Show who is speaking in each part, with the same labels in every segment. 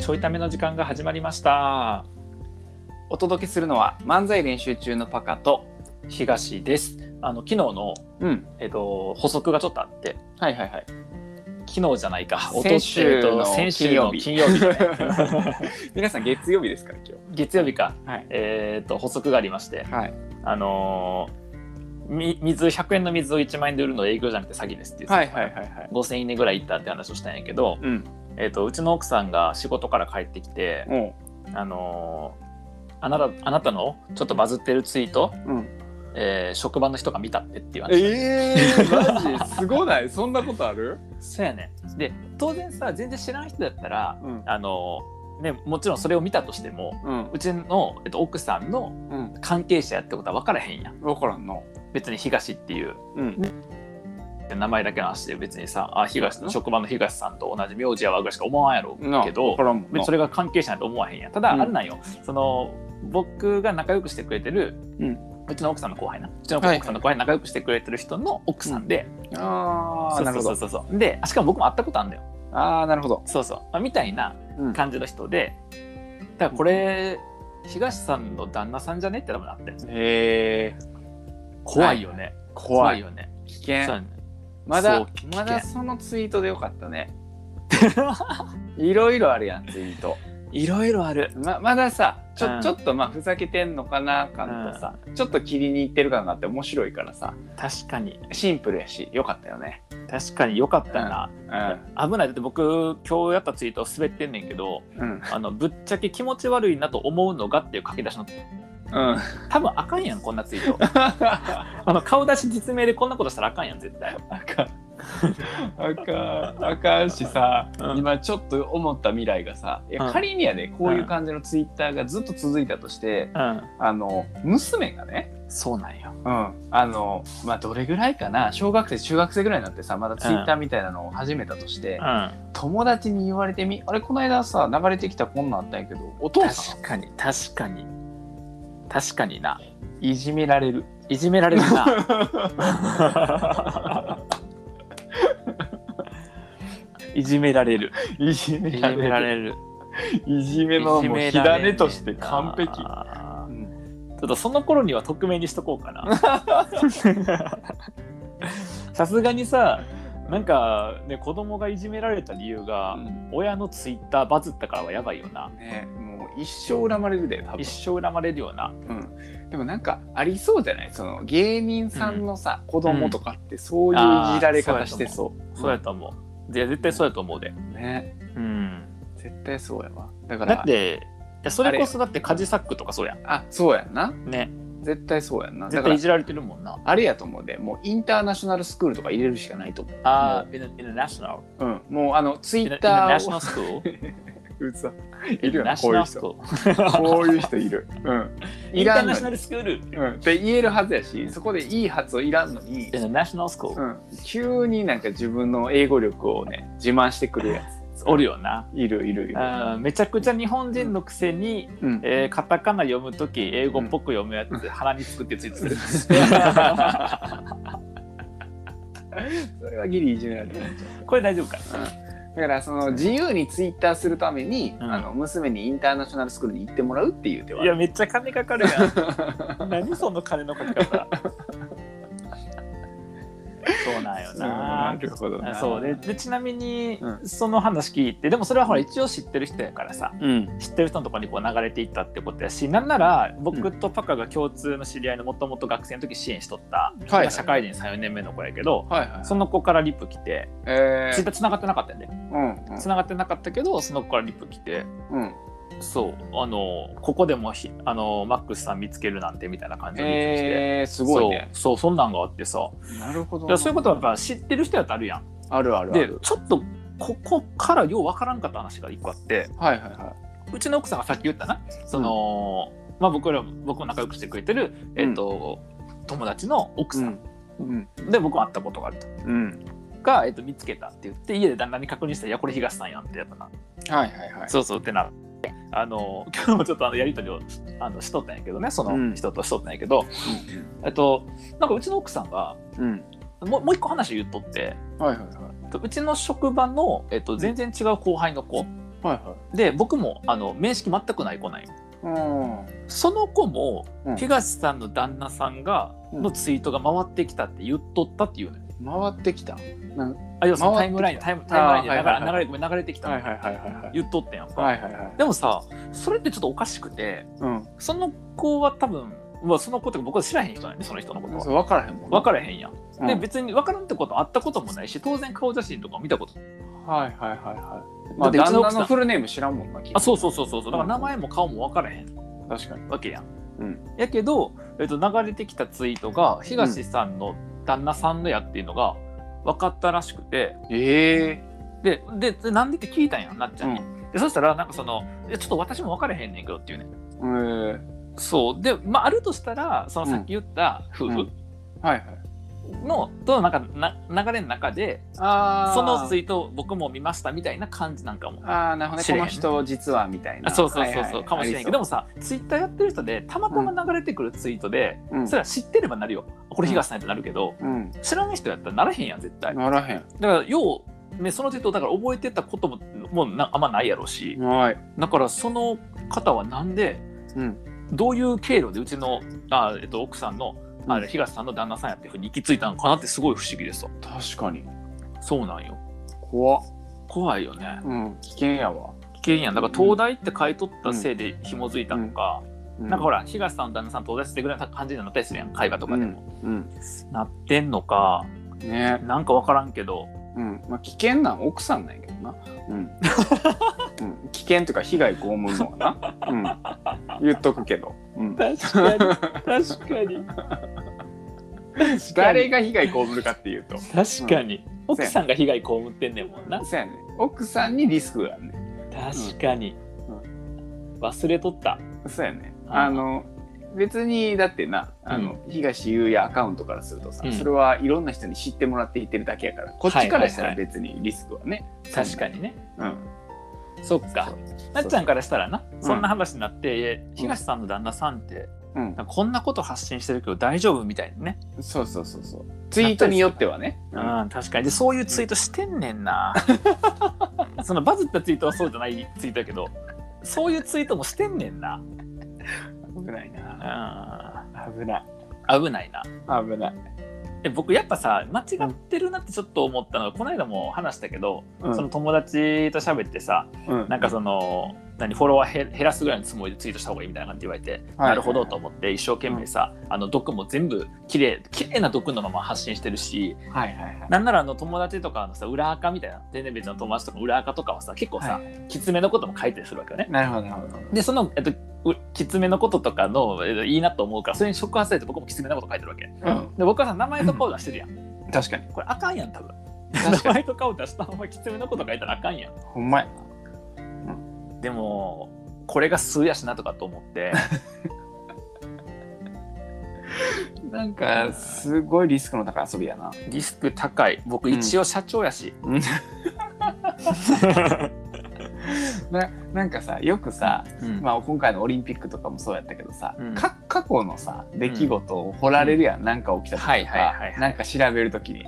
Speaker 1: ちょいための時間が始まりました。
Speaker 2: お届けするのは漫才練習中のパカと、
Speaker 1: 東です。あの昨日の
Speaker 2: うん、
Speaker 1: えっと補足がちょっとあって、
Speaker 2: はいはいはい。
Speaker 1: 昨日じゃないか。おと
Speaker 2: 先週の
Speaker 1: えっと先週の金曜日 だね
Speaker 2: 皆さん月曜日ですから今
Speaker 1: 月曜日か。
Speaker 2: 日。 はい。
Speaker 1: えっと補足がありまして、
Speaker 2: はい。
Speaker 1: あのーみ水100円の水を1万円で売るの営業じゃなくて詐欺ですっていう。
Speaker 2: はいはいはいはい。
Speaker 1: 5000円ぐらいいったって話をしたんやけど、
Speaker 2: うん。
Speaker 1: えっとうちの奥さんが仕事から帰ってきて、
Speaker 2: お
Speaker 1: あのーあなたあなたのちょっとバズってるツイート、
Speaker 2: う。うん。
Speaker 1: えー職場の人が見たってっていう話、
Speaker 2: ええー、マジすごない。そんなことある？
Speaker 1: そうやねんで当然さ全然知らん人だったら、
Speaker 2: うん。
Speaker 1: あのーね、もちろんそれを見たとしても
Speaker 2: うん。
Speaker 1: うちの、えっと、奥さんの
Speaker 2: うん。
Speaker 1: 関係者やってことは分からへんやん
Speaker 2: わからんの。
Speaker 1: 別に東っていう
Speaker 2: うん。
Speaker 1: 名前だけの話で別にさあ東職場の東さんと同じ名字やわぐらいしか思わんやろうけど
Speaker 2: わからんもん
Speaker 1: 別
Speaker 2: な。
Speaker 1: にそれが関係者なんて思わへんやんただ、
Speaker 2: うん
Speaker 1: あれなんよその僕が仲良くしてくれてる、
Speaker 2: う
Speaker 1: うんちの奥さんの後輩なうちの
Speaker 2: はい
Speaker 1: 奥さんの後輩仲良くしてくれてる人の奥さんで、
Speaker 2: ああ、
Speaker 1: そう
Speaker 2: なる
Speaker 1: そう
Speaker 2: ほ
Speaker 1: そう
Speaker 2: ど。
Speaker 1: そうそうであしかも僕も会ったことあるんだよ
Speaker 2: ああ、なるほど。
Speaker 1: そうそう、まあ、みたいな
Speaker 2: うん。
Speaker 1: 感じの人でだからこれ東さんの旦那さんじゃねって多分なって
Speaker 2: ええー、
Speaker 1: 怖いよね、
Speaker 2: 怖い。
Speaker 1: よね
Speaker 2: 危
Speaker 1: そう
Speaker 2: 険
Speaker 1: や。ね
Speaker 2: ま
Speaker 1: そう
Speaker 2: だ
Speaker 1: 危険
Speaker 2: まだそのツイートでよかっ たね。いろいろあるやんツイート。
Speaker 1: いろいろある
Speaker 2: ままださちょ,、
Speaker 1: うん
Speaker 2: ちょっとまあふざけてんのかな感とさ、ちょっと切りにいってる感があって面白いからさ
Speaker 1: 確かに
Speaker 2: シンプルやしよかったよね
Speaker 1: 確かに良かったな、
Speaker 2: う
Speaker 1: 危ないだって僕今日やったツイート滑ってんねんけど、
Speaker 2: んうん
Speaker 1: あのぶっちゃけ気持ち悪いなと思うのがっていう書き出しの
Speaker 2: うん
Speaker 1: 多分あかんやんこんなツイート
Speaker 2: あ
Speaker 1: あの顔出し実名でこんなことしたらあかんやん絶対
Speaker 2: かんあかんあかんしさ、
Speaker 1: うん
Speaker 2: 今ちょっと思った未来がさいや
Speaker 1: うん
Speaker 2: 仮にやでこういう感じのツイッターがずっと続いたとして
Speaker 1: うん
Speaker 2: あの娘がね
Speaker 1: そうなんよ
Speaker 2: うん、あのまあどれぐらいかな小学生中学生ぐらいになってさまだツイッターみたいなのを始めたとして、
Speaker 1: うん
Speaker 2: 友達に言われてみあれこの間さ流れてきたこんなんあったんやけどお父さ
Speaker 1: 確かに確かに確かになん
Speaker 2: いじめられる
Speaker 1: いじめられるないじめられる
Speaker 2: いじめ
Speaker 1: いじめられる
Speaker 2: いじめのもう火種として完璧
Speaker 1: あ
Speaker 2: う
Speaker 1: ー
Speaker 2: ん
Speaker 1: ちょっとその頃には匿名にしとこうかなさすがにさなんかね子供がいじめられた理由が、親のツイッターバズったからはやばいよな
Speaker 2: ねもう一生恨まれるで多分
Speaker 1: 一、生恨まれるよな
Speaker 2: うん、でもなんかありそうじゃないその芸人さんのさ、子供とかってそういう
Speaker 1: あー
Speaker 2: いじられ方してそう,、
Speaker 1: そうやと思う、いや絶対そうやと思うで
Speaker 2: ね
Speaker 1: うん
Speaker 2: 絶対そうやわだから
Speaker 1: だっていやそれこそだってカジサックとかそうやん
Speaker 2: あそうやんな
Speaker 1: ね
Speaker 2: 絶対そうやんなだ
Speaker 1: 絶
Speaker 2: か
Speaker 1: 対
Speaker 2: ら
Speaker 1: いじられてるもんな
Speaker 2: あれやと思うでもうインターナショナルスクールとか入れるしかないと思う
Speaker 1: ああインナショナル
Speaker 2: うん、もうあのツイ
Speaker 1: イン
Speaker 2: ッタ
Speaker 1: ナ
Speaker 2: ー
Speaker 1: ショ
Speaker 2: を
Speaker 1: ナルスク ール
Speaker 2: うざ
Speaker 1: イ
Speaker 2: いる
Speaker 1: ン
Speaker 2: よ
Speaker 1: ナ
Speaker 2: ね
Speaker 1: シ
Speaker 2: こ
Speaker 1: ョ
Speaker 2: う
Speaker 1: ナ
Speaker 2: いう
Speaker 1: ルスク
Speaker 2: 人
Speaker 1: ール
Speaker 2: こういう人いる、 うん、
Speaker 1: イ
Speaker 2: い
Speaker 1: ンタ
Speaker 2: ら
Speaker 1: ー
Speaker 2: ん
Speaker 1: ナ
Speaker 2: の
Speaker 1: ショナルスクール
Speaker 2: うん、って言えるはずやしそこでいい発音いらんのに
Speaker 1: イ、ンナショナルスクー
Speaker 2: う
Speaker 1: ル
Speaker 2: ん、急になんか自分の英語力をね自慢してくるや
Speaker 1: おるよな
Speaker 2: つい るいるいる、
Speaker 1: あーめちゃくちゃ日本人のくせに、
Speaker 2: うん、
Speaker 1: えーカタカナ読むとき英語っぽく読むやつ、鼻につくってついてる
Speaker 2: それはギリいじめられてる、うん、
Speaker 1: これ大丈夫か
Speaker 2: だからその自由にツイッターするために、
Speaker 1: うん
Speaker 2: あの娘にインターナショナルスクールに行ってもらうっていう手はい
Speaker 1: やめっちゃ金かかる やん何その金のかけ方そうなんよ
Speaker 2: うん
Speaker 1: な
Speaker 2: なるほどな
Speaker 1: あそうででちなみに、
Speaker 2: う
Speaker 1: その話聞いてでもそれはほら一応知ってる人やからさ
Speaker 2: うん
Speaker 1: 知ってる人のところにこう流れていったってことやしなんなら僕とパカが共通の知り合いのもともと学生の時支援しとった、
Speaker 2: はい
Speaker 1: まあ社会人34年目の子やけど、
Speaker 2: はいはい
Speaker 1: その子からリップ来て
Speaker 2: え
Speaker 1: ツイッ
Speaker 2: ー
Speaker 1: ター繋がってなかったんで
Speaker 2: うんうん
Speaker 1: 繋がってなかったけどその子からリップ来て
Speaker 2: うん
Speaker 1: そうあのここでもひあのマックスさん見つけるなんてみたいな感じで見つけて、
Speaker 2: えー、すごいね
Speaker 1: そうそうそんなんがあってさ
Speaker 2: なるほど
Speaker 1: だか
Speaker 2: な
Speaker 1: らそういうことはやっぱ知ってる人やったらあるやん
Speaker 2: あるあるあ
Speaker 1: で
Speaker 2: る
Speaker 1: ちょっとここからようわからんかった話が一個あって
Speaker 2: はいはいは
Speaker 1: うちの奥さんがさっき言ったなその、まあ、僕らも僕も仲良くしてくれてる、えっと友達の奥
Speaker 2: い
Speaker 1: さん、
Speaker 2: うん
Speaker 1: で僕も会ったことがあると
Speaker 2: うん
Speaker 1: が、えっと見つけたって言って家で旦那に確認したら「いやこれ東さんやん」ってやったな
Speaker 2: はいはいはい
Speaker 1: そうそうってなってあの 今日もちょっとあのやり取りをあのしとったんやけどねその人としとったんやけど、えっとなんかうちの奥さんが
Speaker 2: うん
Speaker 1: もうもう一個話言っとって
Speaker 2: はいはいはい
Speaker 1: えっとうちの職場の、えっと、全然違う後輩の子
Speaker 2: はいは
Speaker 1: で僕もあの面識全くない子ない
Speaker 2: い。うん。
Speaker 1: その子も、
Speaker 2: うん
Speaker 1: 東さんの旦那さんが、
Speaker 2: うん
Speaker 1: のツイートが回ってきたって言っとったっていうのよ。
Speaker 2: 回ってきた。
Speaker 1: あ要するにタ
Speaker 2: 回
Speaker 1: イ
Speaker 2: ってきた
Speaker 1: ムラインタイムタイムラインで流れ,、
Speaker 2: あーはいはいはい
Speaker 1: 流れごめん流れてきた、
Speaker 2: はいはいはいはいはい。
Speaker 1: 言っとったやんか、
Speaker 2: はいはいはい。
Speaker 1: でもさそれってちょっとおかしくて
Speaker 2: うん。
Speaker 1: その子は多分、まあ、その子ってか僕は知らへん人なんでその人のことは
Speaker 2: そう分からへんもん。
Speaker 1: 分からへんやん、
Speaker 2: ら
Speaker 1: で別に分からんってことあったこともないし当然顔写真とかも見たこと
Speaker 2: はいはいはいはい。ま
Speaker 1: だ
Speaker 2: あ、
Speaker 1: ってうち
Speaker 2: 旦
Speaker 1: の
Speaker 2: 那
Speaker 1: 奥さん
Speaker 2: のフルネーム知らんもんな、きっと
Speaker 1: あそうそうそうそうそうだから名前も顔も分からへん
Speaker 2: 確かに。
Speaker 1: わけやん、
Speaker 2: うん
Speaker 1: やけど、えっと、流れてきたツイートが東さんの旦那さんのやっていうのが分かったらしくて、
Speaker 2: ええ
Speaker 1: でででなんでって聞いたんやなっちゃんに、
Speaker 2: う
Speaker 1: でそしたらなんかその「いやちょっと私も分からへんねんけど」っていうね
Speaker 2: えー
Speaker 1: そうで、まあ、あるとしたらそのさっき言った夫婦
Speaker 2: はいはい。
Speaker 1: の、となんかな流れの中で
Speaker 2: ああ。
Speaker 1: そのツイートを僕も見ましたみたいな感じなんかも。
Speaker 2: ああ、なるほどね。
Speaker 1: 知
Speaker 2: こ
Speaker 1: らへん
Speaker 2: の人実はみたいな。
Speaker 1: あそうそうそうそう、
Speaker 2: はいはいはい
Speaker 1: かもしれないけどでもさツイッターやってる人でたまたま流れてくるツイートで、
Speaker 2: ありそううん
Speaker 1: それは知ってればなるよこれ東さんやってなるけど、
Speaker 2: うん。
Speaker 1: 知らない人やったらならへんやん絶対だか
Speaker 2: ならへん。
Speaker 1: らよう、ね、そのツイートをだから覚えてたことももうなあんまないやろうし
Speaker 2: はい。
Speaker 1: だからその方はなんで
Speaker 2: うん。
Speaker 1: どういう経路でうちのあ、えっと、奥さんのあ
Speaker 2: うん
Speaker 1: 東さんの旦那さんやっていうふうに行き着いたのかなってすごい不思議ですわ
Speaker 2: 確かに。
Speaker 1: そうなんよ
Speaker 2: 怖っ。
Speaker 1: 怖いよね
Speaker 2: うん。危険やわ。
Speaker 1: 危険やんだから東大って買い取ったせいで紐づいたのか、なんかほ
Speaker 2: ら。
Speaker 1: ら東さんの旦那さん東大してぐらいな感じになったりするやん絵画とかでも、
Speaker 2: うん。
Speaker 1: なってんのか
Speaker 2: ね
Speaker 1: なんか分からんけど
Speaker 2: うん。まあ、危険なん奥さんなんやけどな。うん。うん危険とか被害被るのはな。うん。言っとくけど。うん。
Speaker 1: 確かに確かに
Speaker 2: 誰が被害被るかっていうと。
Speaker 1: 確かに、奥さんが被害被ってんねんもんな
Speaker 2: そうやね。奥さんにリスクがあるね。
Speaker 1: 確かに、
Speaker 2: う
Speaker 1: 忘れとった
Speaker 2: そうやね。
Speaker 1: うん
Speaker 2: あの、別にだってな、あの、東優也アカウントからするとさ、
Speaker 1: うん
Speaker 2: それはいろんな人に知ってもらっていってるだけやから、こっちからしたら別にリスクはね。
Speaker 1: 確かにね
Speaker 2: うん。
Speaker 1: そっかなっちゃんからしたらなそんな話になって、東さんの旦那さんって
Speaker 2: うん。
Speaker 1: なんかこんなこと発信してるけど大丈夫みたいにね、
Speaker 2: そうそうそうそう。ツイートによってはね。
Speaker 1: う
Speaker 2: うん
Speaker 1: ん確かにでそういうツイートしてんねんな、そのバズったツイートはそうじゃないツイートだけどそういうツイートもしてんねんな、
Speaker 2: 危ないな。
Speaker 1: う
Speaker 2: 危ない。
Speaker 1: ん、危ないな
Speaker 2: 危ない。
Speaker 1: で僕やっぱさ間違ってるなってちょっと思ったのは、この間も話したけど、
Speaker 2: うん
Speaker 1: その友達と喋ってさ
Speaker 2: うん
Speaker 1: なんかその何フォロワーへ減らすぐらいのつもりでツイートした方がいいみたいな感じで言われて、
Speaker 2: はい
Speaker 1: なるほどと思って一生懸命さ、あの毒も全部綺麗綺麗な毒のまま発信してるし
Speaker 2: はいはいはい。
Speaker 1: なんならあの友達とかのさ裏垢みたいな全然別の友達とか裏垢とかはさ結構さ、
Speaker 2: はい
Speaker 1: きつめのことも書いたりするわけよね。
Speaker 2: なるほどなるほど。
Speaker 1: でその、えっとうきつめのこととかの、えっと、いいなと思うからそれに触発されて僕もきつめなこと書いてるわけで
Speaker 2: うん。
Speaker 1: 僕はさ名前と顔出してるやん
Speaker 2: 確かに。
Speaker 1: これあかんやん多分
Speaker 2: 確
Speaker 1: 名
Speaker 2: かに。
Speaker 1: 前と顔出したままきつめのこと書いたらあかんやん
Speaker 2: ほんまやな。
Speaker 1: でもこれが数やしなとかと思 って
Speaker 2: なんか、すごいリスクの高い遊びやな。
Speaker 1: リスク高い僕一応社長やし、
Speaker 2: うんななんかさ、よくさ、
Speaker 1: うん
Speaker 2: まあ、今回のオリンピックとかもそうやったけどさ、
Speaker 1: うん
Speaker 2: か過去のさ出来事を掘られるやん、なんか起きた時とか、
Speaker 1: はいはいはいはい
Speaker 2: なんか調べる時に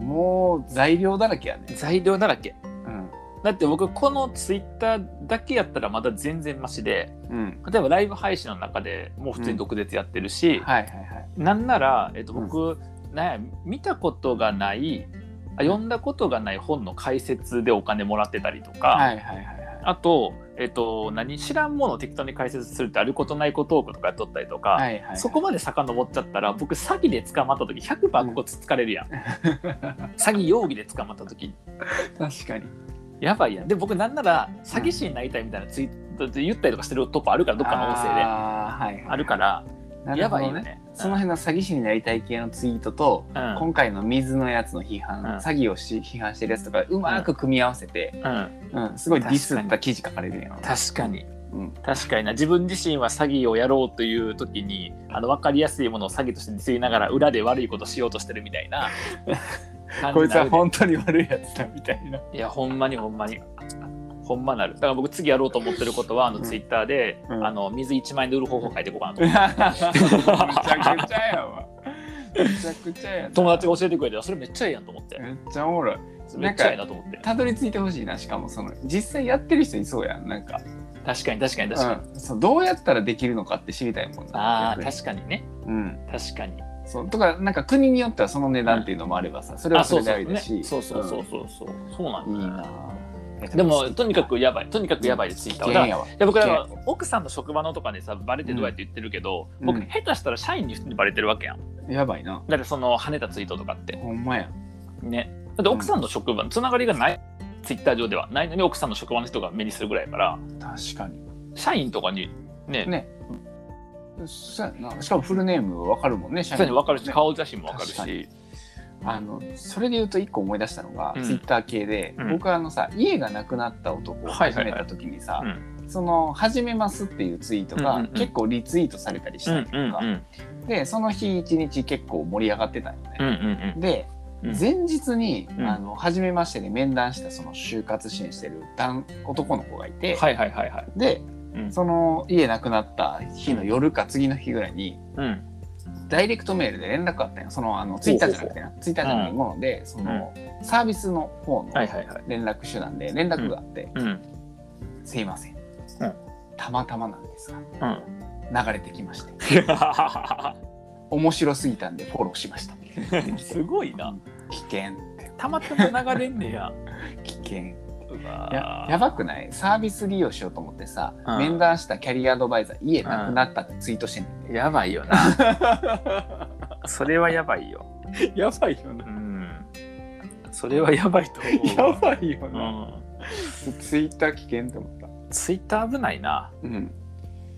Speaker 1: う
Speaker 2: もう材料だらけやね
Speaker 1: ん、、材料だらけ
Speaker 2: うん
Speaker 1: だって僕このツイッターだけやったらまだ全然マシで
Speaker 2: うん、
Speaker 1: 例えばライブ配信の中でもう普通に毒舌やってるし、
Speaker 2: はいはいはい
Speaker 1: なんなら、えっと、
Speaker 2: うん
Speaker 1: 僕、なんや見たことがないあ読んだことがない本の解説でお金もらってたりとか、
Speaker 2: はいはいはいはい
Speaker 1: あと、えっと、何知らんものを適当に解説するってあることないことをとかやっとったりとか、
Speaker 2: はいはいはい
Speaker 1: そこまで遡っちゃったら僕詐欺で捕まった時100%ここつつかれ るやん、詐欺容疑で捕まった時
Speaker 2: 確かに
Speaker 1: やばいやんで僕なんなら詐欺師になりたいみたいなツイートで言ったりとかしてるとこあるからどっかの音声であ
Speaker 2: あー、はいはいはい、
Speaker 1: るから、
Speaker 2: なる
Speaker 1: や
Speaker 2: ほ
Speaker 1: ばい
Speaker 2: ど
Speaker 1: よ
Speaker 2: ね
Speaker 1: ね
Speaker 2: その辺の詐欺師になりたい系のツイートと、
Speaker 1: うん
Speaker 2: 今回の水のやつの批判、
Speaker 1: うん
Speaker 2: 詐欺をし批判してるやつとかうまく組み合わせて、
Speaker 1: うん、
Speaker 2: うん、すごいディスった記事書かれるやん
Speaker 1: 確かに
Speaker 2: うん
Speaker 1: 確かにな自分自身は詐欺をやろうという時にあの分かりやすいものを詐欺としてディスりながら裏で悪いことしようとしてるみたい な感じに
Speaker 2: こいつ
Speaker 1: な
Speaker 2: は
Speaker 1: る
Speaker 2: 本当に悪いやつだみたい ない
Speaker 1: やほんまにほんまにほんまなるだから僕次やろうと思ってることはあの
Speaker 2: うん
Speaker 1: ツイッターで、
Speaker 2: うん
Speaker 1: あの水1万円で売る方法書いていこうかなと
Speaker 2: め
Speaker 1: 思
Speaker 2: ち
Speaker 1: って
Speaker 2: ゃくちゃやわ。めちゃくちゃやな
Speaker 1: 友達が教えてくれてそれめっちゃええやんと思って
Speaker 2: めっちゃおもろい。
Speaker 1: めっちゃいいなと思って
Speaker 2: たどり着いてほしいなしかもその実際やってる人いそうやんなんか、
Speaker 1: 確かに確かに確かに、
Speaker 2: うん、そうどうやったらできるのかって知りたいもんな
Speaker 1: ああ
Speaker 2: 逆に
Speaker 1: 確かにね
Speaker 2: うん、
Speaker 1: 確かに
Speaker 2: そうとかなんか国によってはその値段っていうのもあればさそれ
Speaker 1: あ
Speaker 2: は
Speaker 1: そう
Speaker 2: それで
Speaker 1: そ
Speaker 2: あ
Speaker 1: う
Speaker 2: りだ
Speaker 1: ね
Speaker 2: し
Speaker 1: そうそうそううそうそうそうなんんだ
Speaker 2: いい
Speaker 1: よ
Speaker 2: な
Speaker 1: な
Speaker 2: ぁ
Speaker 1: でもとにかくやばいとにかくやばいでついた
Speaker 2: 危
Speaker 1: だから
Speaker 2: 険
Speaker 1: い
Speaker 2: やわ
Speaker 1: や僕ら奥さんの職場のとかでさバレてどうやって言ってるけど、
Speaker 2: うん
Speaker 1: 僕
Speaker 2: うん
Speaker 1: 下手したら社員に普通にバレてるわけやん
Speaker 2: やばいな
Speaker 1: だってその跳ねたツイートとかって
Speaker 2: ほんまや
Speaker 1: ねだって奥さんの職場つながりがないツイッター上ではないのに奥さんの職場の人が目にするぐらいやから
Speaker 2: 確かに
Speaker 1: 社員とかにね
Speaker 2: ねそうやなしかもフルネームわかるもんね社
Speaker 1: 普通に分かるし、
Speaker 2: ね
Speaker 1: 顔写真も分かるし
Speaker 2: 確かあのそれで言うと一個思い出したのが、
Speaker 1: うん
Speaker 2: ツイッター系で、
Speaker 1: うん
Speaker 2: 僕はあのさ家がなくなった男を
Speaker 1: はいはい
Speaker 2: 始
Speaker 1: はい
Speaker 2: めた時にさ、
Speaker 1: う
Speaker 2: その「始めます」っていうツイート
Speaker 1: うん
Speaker 2: が
Speaker 1: うんうん
Speaker 2: 結構リツイートされたりしたりとか、
Speaker 1: うんうん
Speaker 2: でその日一日結構盛り上がってたんよ
Speaker 1: うんうん
Speaker 2: ね。で
Speaker 1: うん
Speaker 2: 前日に、
Speaker 1: うん
Speaker 2: あの初めましてで面談したその就活支援してる男男の子がいて、
Speaker 1: はいはいはいはい
Speaker 2: で
Speaker 1: うん
Speaker 2: その家なくなった日の夜か次の日ぐらいに
Speaker 1: うん
Speaker 2: ダイレクトメールで連絡あったんよそのあのツイッターじゃなくてなツイッターじゃないもので、そのサービスの方の
Speaker 1: はいはいはい
Speaker 2: 連絡手段で連絡があって
Speaker 1: うん
Speaker 2: 「すいません、
Speaker 1: ん
Speaker 2: たまたまなんです
Speaker 1: うん
Speaker 2: が流れてきまして面白すぎたんでフォローしました」
Speaker 1: すごいな
Speaker 2: 危険って
Speaker 1: たまたま流れんねや
Speaker 2: 危険
Speaker 1: うわー
Speaker 2: ややばくないサービス利用しようと思ってさ、
Speaker 1: うん
Speaker 2: 面談したキャリアアドバイザー家なくなったってツイートしてんねんで、
Speaker 1: やばいよなそれはやばいよ
Speaker 2: やばいよ
Speaker 1: う、んそれはやばいと思うわ
Speaker 2: やばいよな、
Speaker 1: う
Speaker 2: ツイッター危険って思った、
Speaker 1: んツイッター危ないな
Speaker 2: うん、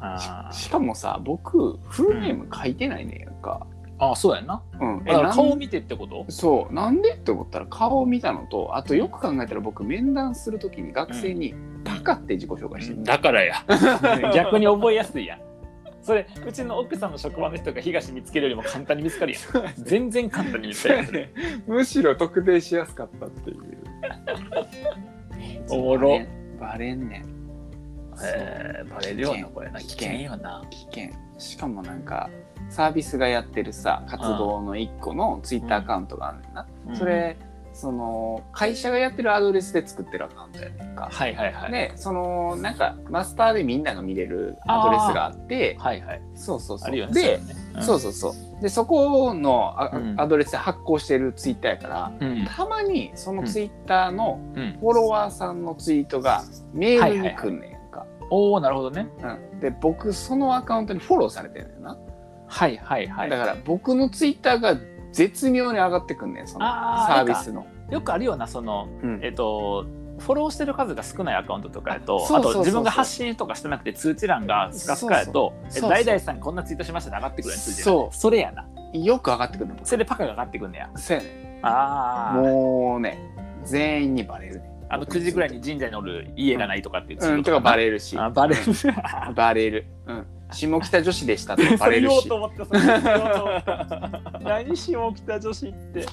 Speaker 1: あ
Speaker 2: しかもさ僕フルネーム書いてないねんやんか、
Speaker 1: あそうやんな
Speaker 2: うん
Speaker 1: だから顔
Speaker 2: なん
Speaker 1: を見てってこと
Speaker 2: そうなんでって思ったら顔を見たのとあとよく考えたら僕面談するときに学生に「バカ」って自己紹介してる、
Speaker 1: だからや 逆に覚えやすいやんそれうちの奥さんの職場の人が東見つけるよりも簡単に見つかるやん全然簡単に見つかるやん それ
Speaker 2: むしろ特定しやすかったって いう
Speaker 1: おもろ
Speaker 2: バレんねん
Speaker 1: えーバレるよなこれな危
Speaker 2: 危険
Speaker 1: 険よな
Speaker 2: 危険しかもなんかサービスがやってるさ活動の一個のツイッターアカウントがあるんな、それその会社がやってるアドレスで作ってるアカウントやねんか、
Speaker 1: はいはいはい
Speaker 2: でそのなんかマスターでみんなが見れるアドレスがあって
Speaker 1: はいはい
Speaker 2: そうそうそう
Speaker 1: あるよね
Speaker 2: でそううそうそう。で、そこのあ
Speaker 1: うん
Speaker 2: アドレスで発行してるツイッターやか
Speaker 1: い
Speaker 2: ら、
Speaker 1: うのうん
Speaker 2: たまにそのツイッターの
Speaker 1: うん
Speaker 2: フォロワーさんのツイートがメールに来んねんか。
Speaker 1: おおなるほどね
Speaker 2: うん、で、僕、そのアカウントにフォローされてるんだよな。
Speaker 1: はいはいはい
Speaker 2: だから、僕のツイッターが絶妙に上がってくんねん、その
Speaker 1: あー
Speaker 2: サービスの。
Speaker 1: よくあるようなその
Speaker 2: うん
Speaker 1: えっとフォローしてる数が少ないアカウントとかや
Speaker 2: あ
Speaker 1: と
Speaker 2: そう
Speaker 1: あ
Speaker 2: そうそう
Speaker 1: と自分が発信とかしてなくて通知欄がスカスカやと「
Speaker 2: そう
Speaker 1: え
Speaker 2: そう
Speaker 1: 大々さんこんなツイートしました」って上がってくるやつじゃん
Speaker 2: そう
Speaker 1: それやな
Speaker 2: よく上がってくるの、僕。
Speaker 1: それでパカが上がってくんねや
Speaker 2: そうやね
Speaker 1: あ
Speaker 2: ん
Speaker 1: あ
Speaker 2: もうね、全員にバレるねん。
Speaker 1: あの9時ぐらいに神社におる家がないとかっていうツイ
Speaker 2: う
Speaker 1: ー
Speaker 2: ん、
Speaker 1: ト
Speaker 2: とかバ
Speaker 1: る
Speaker 2: レるし。
Speaker 1: あバレ
Speaker 2: う
Speaker 1: る
Speaker 2: んバレる。うん。下北女子でしたとかバ
Speaker 1: そ
Speaker 2: レ
Speaker 1: れ
Speaker 2: る
Speaker 1: 言おう
Speaker 2: し
Speaker 1: と。思ったそれ言おうと思った何しよう北女子って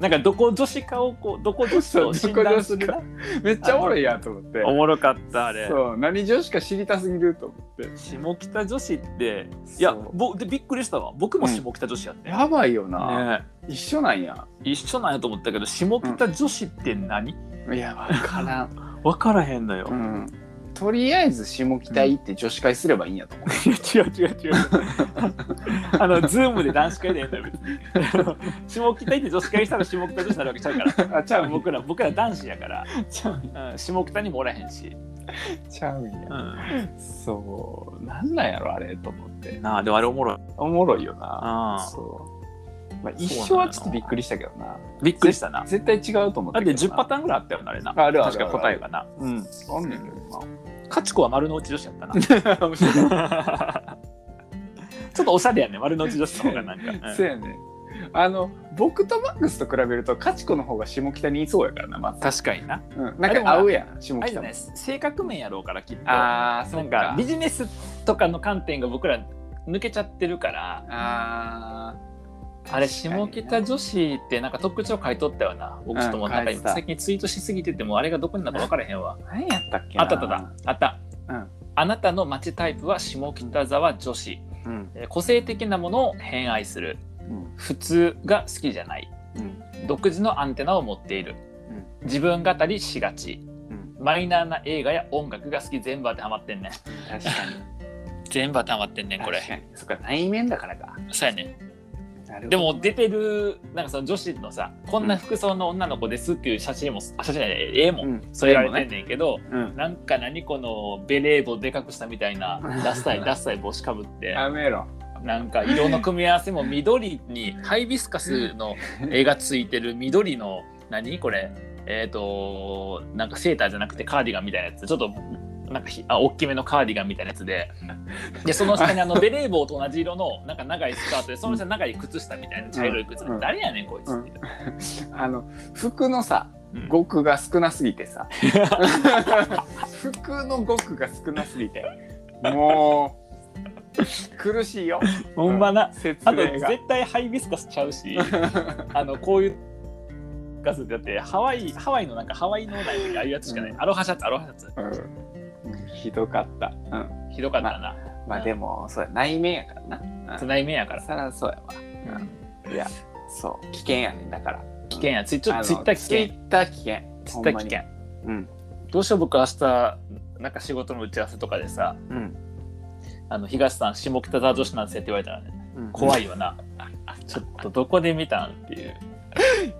Speaker 1: なんかどこ女子かをこうどこ女子を診断するな
Speaker 2: そうめっちゃおもろいやんと思って。
Speaker 1: おもろかったあれ
Speaker 2: そう何女子か知りたすぎると思って
Speaker 1: 下北女子っていや
Speaker 2: そう
Speaker 1: ぼでびっくりしたわ僕も下北女子やって、
Speaker 2: やばいよな、
Speaker 1: ね
Speaker 2: 一緒なんや
Speaker 1: え一緒なんやと思ったけど下北女子って何、
Speaker 2: いや分からん、
Speaker 1: 分からへんのよ、
Speaker 2: うん、とりあえず下北行って女子会すればいいんやと思う、
Speaker 1: いや違う違う違う あのズームで男子会でやんだよ別に下北行って女子会したら下北女子になるわけちゃうから
Speaker 2: あちゃう
Speaker 1: 僕ら僕ら男子やから、
Speaker 2: ちゃう
Speaker 1: うん、下北にもおらへんし、
Speaker 2: ちゃうんや
Speaker 1: う
Speaker 2: そうなんなんやろあれと思って
Speaker 1: ん、なあでもあれおもろい
Speaker 2: おもろいよな
Speaker 1: あ
Speaker 2: そう、ま
Speaker 1: そうな
Speaker 2: あ、
Speaker 1: の
Speaker 2: 一緒はちょっとびっくりしたけどな
Speaker 1: びっくりしたな
Speaker 2: 絶対違うと思っ
Speaker 1: だ
Speaker 2: た
Speaker 1: っ
Speaker 2: け
Speaker 1: て
Speaker 2: ど
Speaker 1: 10パ
Speaker 2: タ
Speaker 1: ターンぐらいあったよなあれな
Speaker 2: あるある
Speaker 1: 確か答えがなうん
Speaker 2: ーンあんねんけど
Speaker 1: カチコは丸の内女子やったな
Speaker 2: な 面白い
Speaker 1: ちょっとおしゃれやね、丸の内女子の方がなんか。
Speaker 2: そうやねあの僕とマックスと比べるとカチコの方が下北にいそうやからなまず
Speaker 1: 確かにな。
Speaker 2: うん、なんか合うやん下
Speaker 1: あれじ
Speaker 2: 北
Speaker 1: ゃない、性格面やろうから、きっと。な
Speaker 2: あーそっ
Speaker 1: ん
Speaker 2: か
Speaker 1: か、ビジネスとかの観点が僕ら抜けちゃってるから、
Speaker 2: あ
Speaker 1: あれ、下北女子ってなんか特徴書いとったよな。僕ちょっともうなんか
Speaker 2: うん書いてた
Speaker 1: 今最近ツイートしすぎてても、あれがどこになるか分からへんわ
Speaker 2: ー。何やったっけな
Speaker 1: あったあったあった。あった。
Speaker 2: うん
Speaker 1: あなたの街タイプは下北沢女子。
Speaker 2: うん
Speaker 1: えー個性的なものを偏愛する。
Speaker 2: うん
Speaker 1: 普通が好きじゃない。
Speaker 2: うん
Speaker 1: 独自のアンテナを持っている、自分語りしがち、
Speaker 2: うん
Speaker 1: マイナーな映画や音楽が好き全部当てはまってんねん
Speaker 2: 確か
Speaker 1: 全部当てはまってん ね
Speaker 2: に
Speaker 1: んこれ
Speaker 2: 確かにそっか内面だからか
Speaker 1: そうやね
Speaker 2: なるほど
Speaker 1: でも出てるなんかその女子のさこんな服装の女の子ですっていう写真もあ写真じゃない絵も
Speaker 2: うん
Speaker 1: 添えられてんねんけど、
Speaker 2: うん
Speaker 1: なんか何このベレー帽でかくしたみたいなダッサ いダッサい帽子かぶって
Speaker 2: やめろ
Speaker 1: なんか色の組み合わせも緑にハイビスカスの絵がついてる緑の何これえっ、となんかセーターじゃなくてカーディガンみたいなやつちょっとなんかひあ大きめのカーディガンみたいなやつででその下 にあのベレー帽と同じ色のなんか長いスカートでその下に長い靴下みたいな茶色い靴
Speaker 2: うん
Speaker 1: 誰やねんこいつって、
Speaker 2: あの服のさ
Speaker 1: うん
Speaker 2: 語句が少なすぎ てさ服の語句が少なすぎてもう苦しいよ
Speaker 1: ほんまな
Speaker 2: 説
Speaker 1: あと
Speaker 2: 明が
Speaker 1: 絶対ハイビスカスちゃう しあのこういうガスってだってハワイハワイのなんかハワイのないああいうやつしかない、
Speaker 2: う
Speaker 1: アロハシャツアロハシャツ
Speaker 2: うんひどかった、うん、
Speaker 1: ひどかったな、
Speaker 2: まあでもそうや内面やからな
Speaker 1: つない目やから
Speaker 2: そらそうやわいやそう危険やねんだから
Speaker 1: 危険やツイちょっとツイッター危
Speaker 2: ツイ
Speaker 1: 険
Speaker 2: ッター危険
Speaker 1: ツ
Speaker 2: ほ
Speaker 1: イッタ
Speaker 2: ん
Speaker 1: ー
Speaker 2: ま
Speaker 1: 危
Speaker 2: に
Speaker 1: 険
Speaker 2: うん
Speaker 1: どうしよう僕明日なんか仕事の打ち合わせとかでさ
Speaker 2: うん、
Speaker 1: 「あの東さん下北沢女子なんですよ」って言われたらね
Speaker 2: うん、
Speaker 1: 怖
Speaker 2: い
Speaker 1: いよなちょっとどこで見たんっていう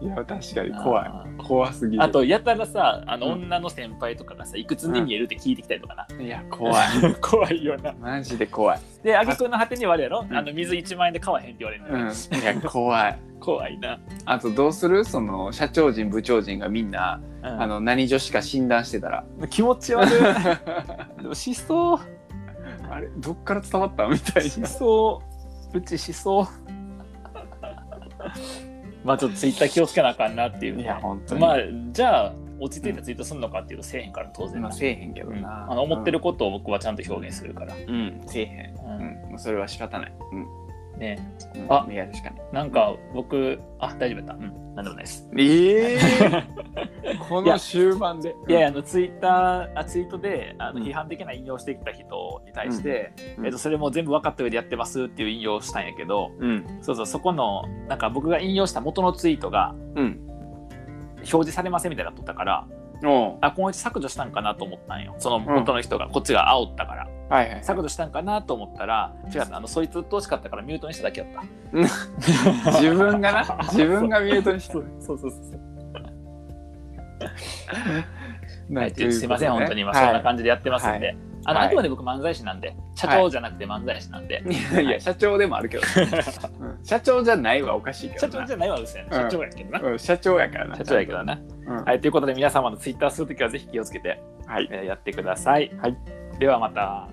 Speaker 2: いや確かに怖い
Speaker 1: あー
Speaker 2: 怖すぎる
Speaker 1: あとやたらさあの
Speaker 2: うん
Speaker 1: 女の先輩とかがさいくつに見えるって聞いてきたりとかな、
Speaker 2: いや怖い
Speaker 1: 怖いよな
Speaker 2: マジで怖い
Speaker 1: で挙句の果てに割れやろ、
Speaker 2: うん
Speaker 1: あの水1万円で買わへんって言われるの
Speaker 2: う
Speaker 1: よ、
Speaker 2: んいや怖い
Speaker 1: 怖いな、
Speaker 2: あとどうするその社長陣部長陣がみんな、
Speaker 1: うん
Speaker 2: あの何女子か診断してたら
Speaker 1: 気持ち 悪いでもしそう
Speaker 2: あれどっから伝わったみたい
Speaker 1: し
Speaker 2: な
Speaker 1: そううちしそう まあちょっとツイッター気をつけなあかんなっていう
Speaker 2: いや本当に
Speaker 1: まあじゃあ落ち着いてツイートするのかっていうとせえへんから当然
Speaker 2: ま
Speaker 1: な、
Speaker 2: あせえへんけど
Speaker 1: うん
Speaker 2: な、
Speaker 1: あの思ってることを僕はちゃんと表現するから、
Speaker 2: うんせえへん、
Speaker 1: う
Speaker 2: うんん、もうそれは仕方ないうん
Speaker 1: ね
Speaker 2: うん
Speaker 1: あ
Speaker 2: やるしかない
Speaker 1: なんか僕あ大丈夫だったうん何でもないです
Speaker 2: ええ この終盤で
Speaker 1: いやいやあのツイッターあツイートであの
Speaker 2: うん
Speaker 1: 批判的な引用してきた人に対して、
Speaker 2: うん
Speaker 1: えっと、それも全部分かった上でやってますっていう引用をしたんやけど
Speaker 2: うん
Speaker 1: そうそうそこのなんか僕が引用した元のツイートが
Speaker 2: うん
Speaker 1: 表示されませんみたいなの取ったから
Speaker 2: おう
Speaker 1: あこのうち削除したんかなと思ったんよその元の人が、こっちが煽ったから
Speaker 2: はいはい
Speaker 1: 削除したんかなと思ったら違ったあのそいつ鬱陶しかったからミュートにしただけやった
Speaker 2: 自分がな自分がミュートにして
Speaker 1: そうそうそうそう、は、
Speaker 2: ない
Speaker 1: すいません、本当に今
Speaker 2: はい
Speaker 1: そんな感じでやってますんで、あの
Speaker 2: はい
Speaker 1: あくまで僕漫才師なんで社長じゃなくて漫才師なんで、
Speaker 2: いやいや社長でもあ るけど、うん社長じゃないはおかしいけ
Speaker 1: 社
Speaker 2: どな
Speaker 1: 長じゃないわうるせえな社
Speaker 2: うん
Speaker 1: 長やけどな、
Speaker 2: うん社長やからな
Speaker 1: 社長やけどな
Speaker 2: うん
Speaker 1: はいということで皆様のツイッターするときはぜひ気をつけて、
Speaker 2: はい
Speaker 1: えーやってください、
Speaker 2: はい、
Speaker 1: ではまた